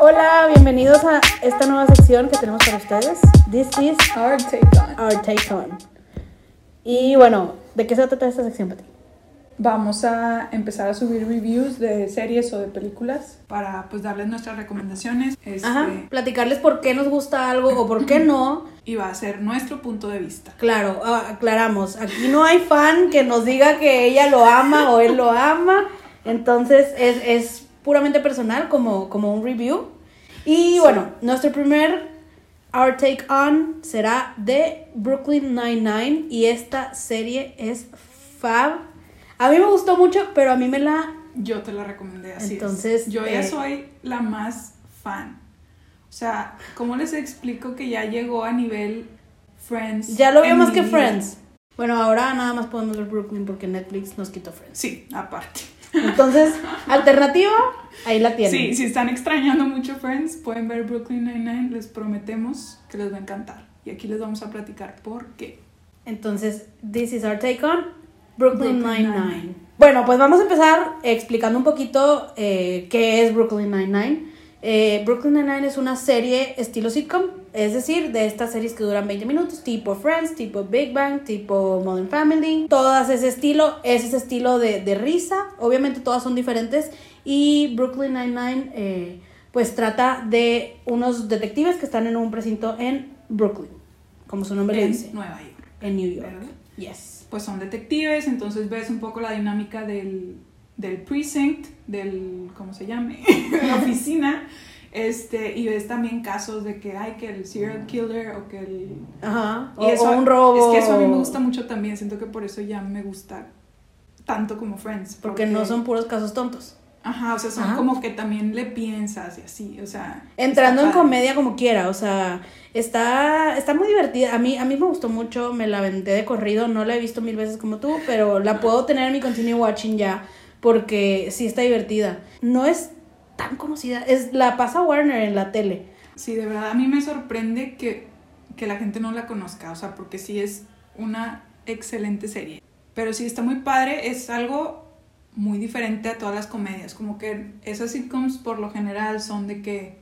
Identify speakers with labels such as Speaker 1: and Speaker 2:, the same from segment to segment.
Speaker 1: Hola, bienvenidos a esta nueva sección que tenemos para ustedes. This is
Speaker 2: Our take on.
Speaker 1: Our Take On. Y bueno, ¿de qué se trata esta sección, Pati?
Speaker 2: Vamos a empezar a subir reviews de series o de películas para pues darles nuestras recomendaciones. este,
Speaker 3: Ajá, platicarles por qué nos gusta algo o por qué no.
Speaker 2: y va a ser nuestro punto de vista.
Speaker 3: Claro, a- aclaramos, aquí no hay fan que nos diga que ella lo ama o él lo ama, entonces es, es puramente personal como, como un review. Y bueno, nuestro primer Our Take On será de Brooklyn Nine-Nine y esta serie es fab. A mí me gustó mucho, pero a mí me la...
Speaker 2: Yo te la recomendé así. es.
Speaker 3: Entonces,
Speaker 2: yo ya
Speaker 3: eh,
Speaker 2: soy la más fan. O sea, ¿cómo les explico que ya llegó a nivel Friends?
Speaker 3: Ya lo veo
Speaker 2: en
Speaker 3: más
Speaker 2: mi
Speaker 3: que
Speaker 2: vida?
Speaker 3: Friends. Bueno, ahora nada más podemos ver Brooklyn porque Netflix nos quitó Friends.
Speaker 2: Sí, aparte.
Speaker 3: Entonces, alternativa, ahí la tienen.
Speaker 2: Sí, si están extrañando mucho Friends, pueden ver Brooklyn Nine-Nine. Les prometemos que les va a encantar. Y aquí les vamos a platicar por qué.
Speaker 3: Entonces, this is our take on Brooklyn
Speaker 2: Brooklyn
Speaker 3: Nine-Nine.
Speaker 2: Nine-Nine.
Speaker 3: Bueno, pues vamos a empezar explicando un poquito eh, qué es Brooklyn Nine-Nine. Eh, Brooklyn Nine-Nine es una serie estilo sitcom, es decir, de estas series que duran 20 minutos, tipo Friends, tipo Big Bang, tipo Modern Family, todas ese estilo, es ese estilo de, de risa, obviamente todas son diferentes y Brooklyn Nine-Nine eh, pues trata de unos detectives que están en un precinto en Brooklyn, como su nombre le
Speaker 2: en
Speaker 3: dice.
Speaker 2: Nueva York.
Speaker 3: En New York.
Speaker 2: ¿Verdad?
Speaker 3: Yes.
Speaker 2: Pues son detectives, entonces ves un poco la dinámica del, del precinct, del, ¿cómo se llame? De la oficina. Este, y ves también casos de que hay que el serial killer o que el...
Speaker 3: Ajá.
Speaker 2: y
Speaker 3: Mm. o,
Speaker 2: eso-
Speaker 3: o un robo.
Speaker 2: Es que eso a mí me gusta mucho también, siento que por eso ya me gusta tanto como Friends.
Speaker 3: Porque no son puros casos tontos.
Speaker 2: Ajá, o sea, son
Speaker 3: Ajá.
Speaker 2: como que también le piensas y así, o sea...
Speaker 3: Entrando en
Speaker 2: está padre.
Speaker 3: comedia como quiera, o sea, está, está muy divertida. A mí, a mí me gustó mucho, me la vendé de corrido, no la he visto mil veces como tú, pero la puedo tener en mi continue watching ya, porque sí está divertida. No es tan conocida, es la pasa Warner en la tele.
Speaker 2: Sí, de verdad, a mí me sorprende que, que la gente no la conozca, o sea, porque sí es una excelente serie. Pero sí está muy padre, es algo muy diferente a todas las comedias, como que esas sitcoms por lo general son de que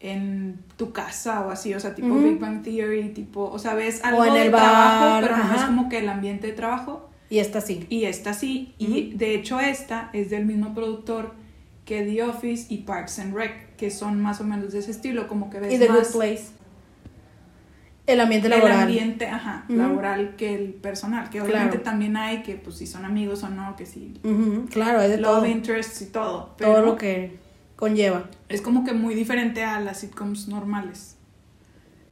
Speaker 2: en tu casa o así, o sea, tipo
Speaker 3: Ujú.
Speaker 2: Big Bang Theory, tipo, o sea, ves algo
Speaker 3: en
Speaker 2: de
Speaker 3: el
Speaker 2: trabajo,
Speaker 3: bar,
Speaker 2: pero no es
Speaker 3: ajá.
Speaker 2: como que el ambiente de trabajo,
Speaker 3: Y esta sí.
Speaker 2: y esta sí, y de hecho esta es del mismo productor que The Office y Parks and Rec, que son más o menos de ese estilo, como que ves
Speaker 3: Y The
Speaker 2: más
Speaker 3: Good Place. El ambiente
Speaker 2: el
Speaker 3: laboral.
Speaker 2: ambiente ajá,
Speaker 3: Ujú.
Speaker 2: laboral que el personal, que
Speaker 3: Claro.
Speaker 2: obviamente también hay que pues si son amigos o no, que si
Speaker 3: Ujú, claro, es de
Speaker 2: love
Speaker 3: todo.
Speaker 2: interests y todo, pero
Speaker 3: Todo lo que conlleva.
Speaker 2: es como que muy diferente a las sitcoms normales.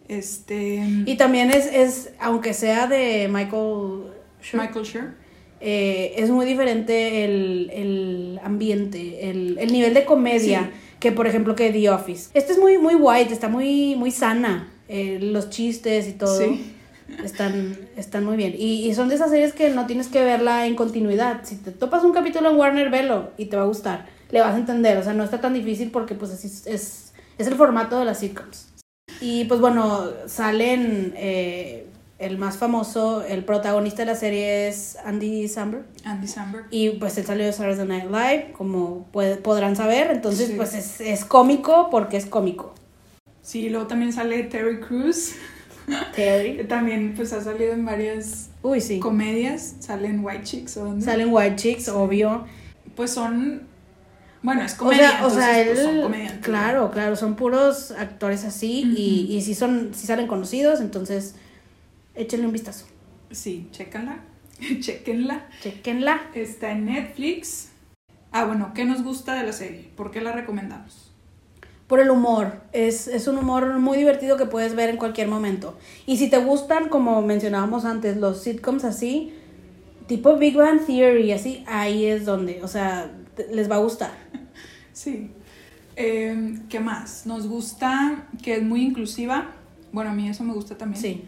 Speaker 2: Este
Speaker 3: Y también es, es aunque sea de Michael Schur,
Speaker 2: Michael Schur,
Speaker 3: eh, es muy diferente el, el ambiente, el, el nivel de comedia que, por ejemplo, que The Office. Esta es muy, muy white, está muy, muy sana. eh, los chistes y todo
Speaker 2: Sí.
Speaker 3: están, están muy bien. Y, y son de esas series que no tienes que verla en continuidad. Si te topas un capítulo en Warner, velo y te va a gustar. Le vas a entender, o sea, no está tan difícil porque pues así es, es, es el formato de las sitcoms. Y pues bueno, salen eh, el más famoso, el protagonista de la serie es Andy Samberg.
Speaker 2: Andy Samberg.
Speaker 3: Y pues él salió de Saturday Night Live, como puede- podrán saber. Entonces,
Speaker 2: Sí.
Speaker 3: pues es, es cómico porque es cómico.
Speaker 2: Sí, luego también sale Terry Crews, que
Speaker 3: Terry.
Speaker 2: también pues ha salido en varias
Speaker 3: Uy, sí.
Speaker 2: comedias salen White Chicks o dónde?
Speaker 3: Salen White Chicks, obvio.
Speaker 2: pues son bueno es
Speaker 3: O
Speaker 2: comedia
Speaker 3: sea, o sea,
Speaker 2: entonces, pues, son
Speaker 3: él.
Speaker 2: comediantes.
Speaker 3: Claro, claro, son puros actores así. Y, y sí, son, sí salen conocidos. Entonces, échenle un vistazo.
Speaker 2: sí chécala chequenla
Speaker 3: Chequenla.
Speaker 2: está en Netflix ah bueno qué nos gusta de la serie por qué la recomendamos
Speaker 3: Por el humor. Es, es un humor muy divertido que puedes ver en cualquier momento. Y si te gustan, como mencionábamos antes, los sitcoms así, tipo Big Bang Theory, así, ahí es donde, o sea, te- les va a gustar.
Speaker 2: sí Eh, qué más nos gusta que es muy inclusiva bueno a mí eso me gusta también
Speaker 3: Sí.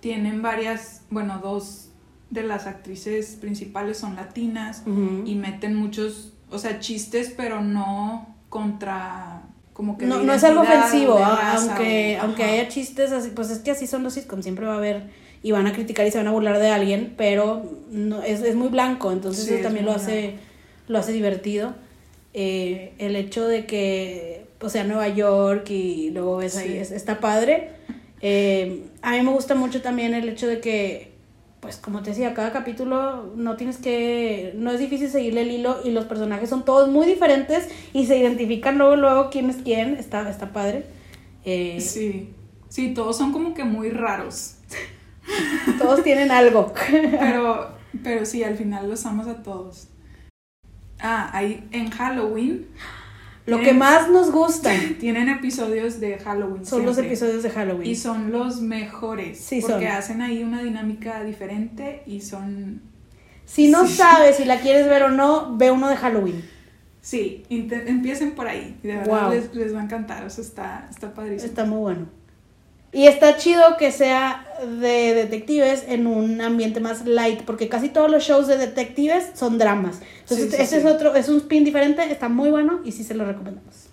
Speaker 2: tienen varias bueno dos de las actrices principales son latinas
Speaker 3: Ujú.
Speaker 2: y meten muchos, o sea, chistes, pero no contra como que de
Speaker 3: no, no es algo
Speaker 2: identidad o
Speaker 3: ofensivo,
Speaker 2: de
Speaker 3: a-
Speaker 2: raza
Speaker 3: aunque,
Speaker 2: o-
Speaker 3: aunque
Speaker 2: ajá.
Speaker 3: haya chistes así, pues es que así son los sitcoms, siempre va a haber y van a criticar y se van a burlar de alguien, pero no, es, es muy blanco, entonces
Speaker 2: Sí,
Speaker 3: eso
Speaker 2: es
Speaker 3: también
Speaker 2: muy
Speaker 3: lo hace, lo hace divertido. eh, el hecho de que, o sea, Nueva York y luego ves ahí,
Speaker 2: Sí.
Speaker 3: es- está padre. Eh, a mí me gusta mucho también el hecho de que, pues como te decía, cada capítulo no tienes que, no es difícil seguirle el hilo y los personajes son todos muy diferentes y se identifican luego, luego quién es quién, está, está padre. Eh,
Speaker 2: Sí, sí, todos son como que muy raros.
Speaker 3: Todos tienen algo.
Speaker 2: Pero, pero sí, al final los amas a todos. Ah, ahí en Halloween
Speaker 3: Lo que más nos gusta
Speaker 2: tienen episodios de Halloween.
Speaker 3: son los
Speaker 2: siempre.
Speaker 3: episodios de Halloween.
Speaker 2: Y son los mejores.
Speaker 3: Sí,
Speaker 2: porque
Speaker 3: son.
Speaker 2: hacen ahí una dinámica diferente y son.
Speaker 3: Si no
Speaker 2: Sí.
Speaker 3: sabes si la quieres ver o no, ve uno de Halloween.
Speaker 2: Sí, inte- empiecen por ahí. De verdad
Speaker 3: Wow.
Speaker 2: les, les va a encantar. O sea, está, está padrísimo.
Speaker 3: Está muy bueno. Y está chido que sea de detectives en un ambiente más light, porque casi todos los shows de detectives son dramas. Entonces,
Speaker 2: Sí, sí,
Speaker 3: este
Speaker 2: sí.
Speaker 3: es otro, es un spin diferente, está muy bueno y sí se lo recomendamos.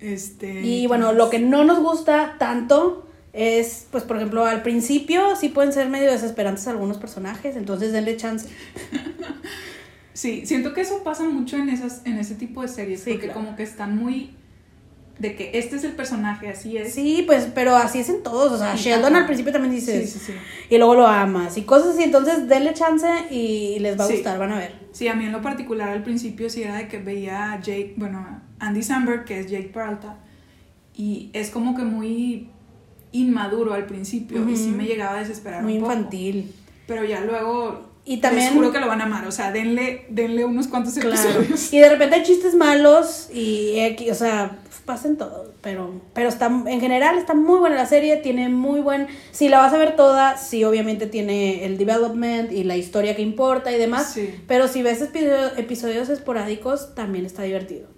Speaker 2: Este,
Speaker 3: Y bueno,
Speaker 2: ¿qué
Speaker 3: lo
Speaker 2: más?
Speaker 3: que no nos gusta tanto es, pues, por ejemplo, al principio sí pueden ser medio desesperantes algunos personajes, entonces denle chance.
Speaker 2: Sí, siento que eso pasa mucho en esas en ese tipo de series,
Speaker 3: Sí,
Speaker 2: porque
Speaker 3: claro.
Speaker 2: como que están muy de que este es el personaje, así es.
Speaker 3: Sí, pues, pero así es en todos. O sea,
Speaker 2: Sí,
Speaker 3: Sheldon
Speaker 2: ajá.
Speaker 3: al principio también
Speaker 2: sí,
Speaker 3: dice,
Speaker 2: sí, sí.
Speaker 3: y luego lo amas y cosas así. Entonces, denle chance y les va a
Speaker 2: Sí.
Speaker 3: gustar, van a ver.
Speaker 2: Sí, a mí en lo particular al principio sí era de que veía a Jake, bueno, a Andy Samberg, que es Jake Peralta, y es como que muy inmaduro al principio y sí
Speaker 3: Ujú.
Speaker 2: me llegaba a desesperar
Speaker 3: Muy
Speaker 2: un poco.
Speaker 3: infantil.
Speaker 2: Pero ya luego
Speaker 3: Y
Speaker 2: les
Speaker 3: también.
Speaker 2: juro que lo van a amar, o sea, denle denle unos cuantos
Speaker 3: Claro.
Speaker 2: episodios.
Speaker 3: Y de repente hay chistes malos y, X, o sea, pasen todo. Pero, pero está, en general está muy buena la serie, tiene muy buen. Si la vas a ver toda, sí, obviamente tiene el development y la historia que importa y demás.
Speaker 2: Sí.
Speaker 3: Pero si ves episodio- episodios esporádicos, también está divertido.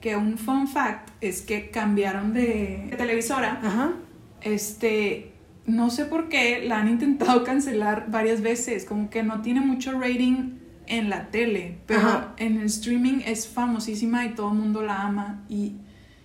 Speaker 2: Que un fun fact es que cambiaron de de televisora.
Speaker 3: Ajá.
Speaker 2: Este, no sé por qué la han intentado cancelar varias veces, como que no tiene mucho rating en la tele, pero
Speaker 3: Ajá.
Speaker 2: en el streaming es famosísima y todo el mundo la ama y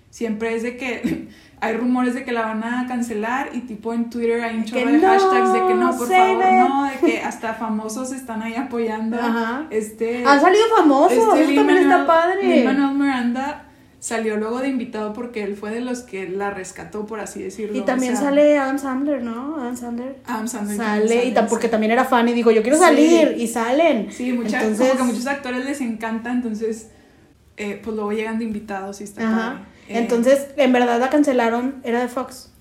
Speaker 2: siempre es de que hay rumores de que la van a cancelar y tipo en Twitter hay un
Speaker 3: Que
Speaker 2: chorro de
Speaker 3: no,
Speaker 2: hashtags de que no, por
Speaker 3: save
Speaker 2: favor,
Speaker 3: it.
Speaker 2: no, de que hasta famosos están ahí apoyando.
Speaker 3: Ajá. Ah,
Speaker 2: Este
Speaker 3: Han salido famosos,
Speaker 2: este
Speaker 3: eso también
Speaker 2: Lin-Manuel-
Speaker 3: está padre.
Speaker 2: Lin-Manuel Miranda salió luego de invitado porque él fue de los que la rescató, por así decirlo.
Speaker 3: Y
Speaker 2: o
Speaker 3: también
Speaker 2: sea,
Speaker 3: sale Adam Sandler, ¿no? Adam Sandler.
Speaker 2: Adam Sandler.
Speaker 3: Sale, y
Speaker 2: tam-
Speaker 3: tam- porque también era fan y dijo, yo quiero
Speaker 2: Sí.
Speaker 3: salir, y salen.
Speaker 2: Sí, mucha-
Speaker 3: Entonces-
Speaker 2: como que a muchos actores les encanta, entonces, eh, pues luego llegan de invitados y está
Speaker 3: Ajá.
Speaker 2: padre. Eh,
Speaker 3: Entonces, en verdad la cancelaron, era de Fox.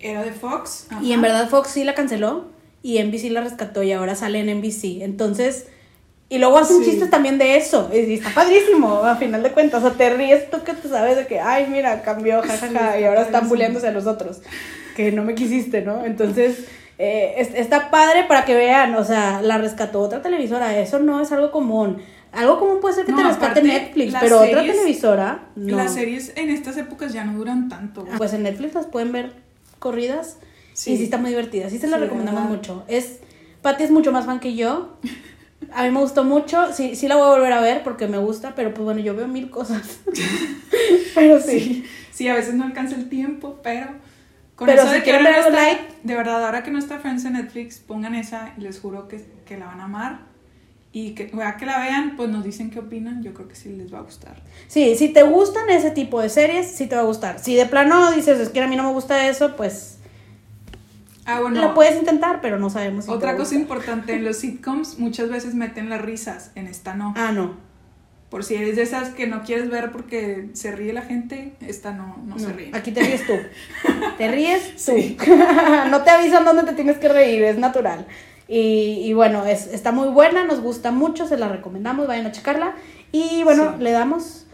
Speaker 2: Era de Fox. ajá.
Speaker 3: Y en verdad Fox sí la canceló y NBC la rescató y ahora sale en NBC. Entonces, y luego hacen
Speaker 2: Sí.
Speaker 3: chistes también de eso. Y está padrísimo, a final de cuentas. O sea, te ríes tú que te sabes de que, ay, mira, cambió, jajaja,
Speaker 2: Sí, está
Speaker 3: y ahora están
Speaker 2: padrísimo.
Speaker 3: bulleándose a los otros. Que no me quisiste, ¿no? Entonces, eh, es- está padre para que vean, o sea, la rescató otra televisora. Eso no es algo común. Algo común puede ser que
Speaker 2: No,
Speaker 3: te rescate
Speaker 2: aparte,
Speaker 3: Netflix,
Speaker 2: las
Speaker 3: pero otra
Speaker 2: series-
Speaker 3: televisora. No.
Speaker 2: Las series en estas épocas ya no duran tanto.
Speaker 3: Ah, Pues en Netflix las pueden ver corridas.
Speaker 2: Sí.
Speaker 3: Y sí está muy divertida. Sí se la
Speaker 2: Sí,
Speaker 3: recomendamos
Speaker 2: ¿verdad?
Speaker 3: mucho. Es. Patti es mucho más fan que yo. A mí me gustó mucho. Sí, sí la voy a volver a ver porque me gusta, pero pues bueno, yo veo mil cosas. pero sí.
Speaker 2: Sí, sí, a veces no alcanza el tiempo, pero con
Speaker 3: Pero
Speaker 2: eso
Speaker 3: si
Speaker 2: de que
Speaker 3: quieren
Speaker 2: ahora
Speaker 3: ver
Speaker 2: no
Speaker 3: algo
Speaker 2: está- de verdad, ahora que no está Friends en Netflix, pongan esa y les juro que, que la van a amar. Y que, ya que la vean, pues nos dicen qué opinan. Yo creo que sí les va a gustar.
Speaker 3: Sí, si te gustan ese tipo de series, sí te va a gustar. Si de plano dices, es que a mí no me gusta eso, pues
Speaker 2: Ah, bueno.
Speaker 3: la puedes intentar, pero no sabemos si te
Speaker 2: Otra
Speaker 3: va a
Speaker 2: cosa
Speaker 3: gustar.
Speaker 2: importante, en los sitcoms muchas veces meten las risas, en esta no.
Speaker 3: Ah, no.
Speaker 2: Por si eres de esas que no quieres ver porque se ríe la gente, esta no, no, se
Speaker 3: No,
Speaker 2: ríe.
Speaker 3: Aquí te ríes tú. te ríes tú.
Speaker 2: Sí.
Speaker 3: no te avisan dónde te tienes que reír, es natural. Y, y bueno, es, está muy buena, nos gusta mucho, se la recomendamos, vayan a checarla. Y bueno,
Speaker 2: Sí.
Speaker 3: le damos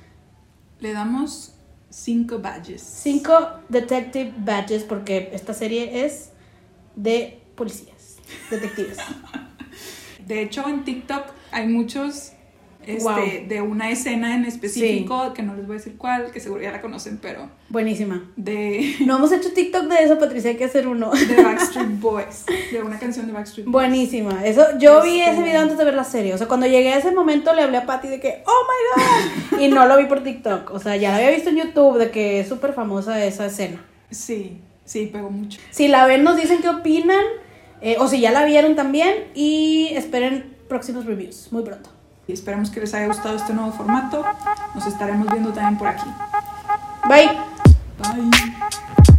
Speaker 2: Le damos cinco badges.
Speaker 3: cinco detective badges porque esta serie es de policías, detectives.
Speaker 2: De hecho, en TikTok hay muchos este,
Speaker 3: Wow.
Speaker 2: de una escena en específico, que no les voy a decir cuál, que seguro ya la conocen, pero
Speaker 3: Buenísima.
Speaker 2: de,
Speaker 3: No hemos hecho TikTok de eso, Patricia, hay que hacer uno.
Speaker 2: de Backstreet Boys, de una canción de Backstreet Boys.
Speaker 3: Buenísima. Eso, yo vi
Speaker 2: Este-
Speaker 3: ese video antes de ver la serie. O sea, cuando llegué a ese momento le hablé a Patty de que, oh my god. Y no lo vi por TikTok. O sea, ya la había visto en YouTube de que es súper famosa esa escena.
Speaker 2: Sí, sí, pegó mucho.
Speaker 3: Si la ven, nos dicen qué opinan. eh, o si ya la vieron también. Y esperen próximos reviews muy pronto.
Speaker 2: Y esperamos que les haya gustado este nuevo formato. Nos estaremos viendo también por aquí.
Speaker 1: Bye.
Speaker 2: Bye.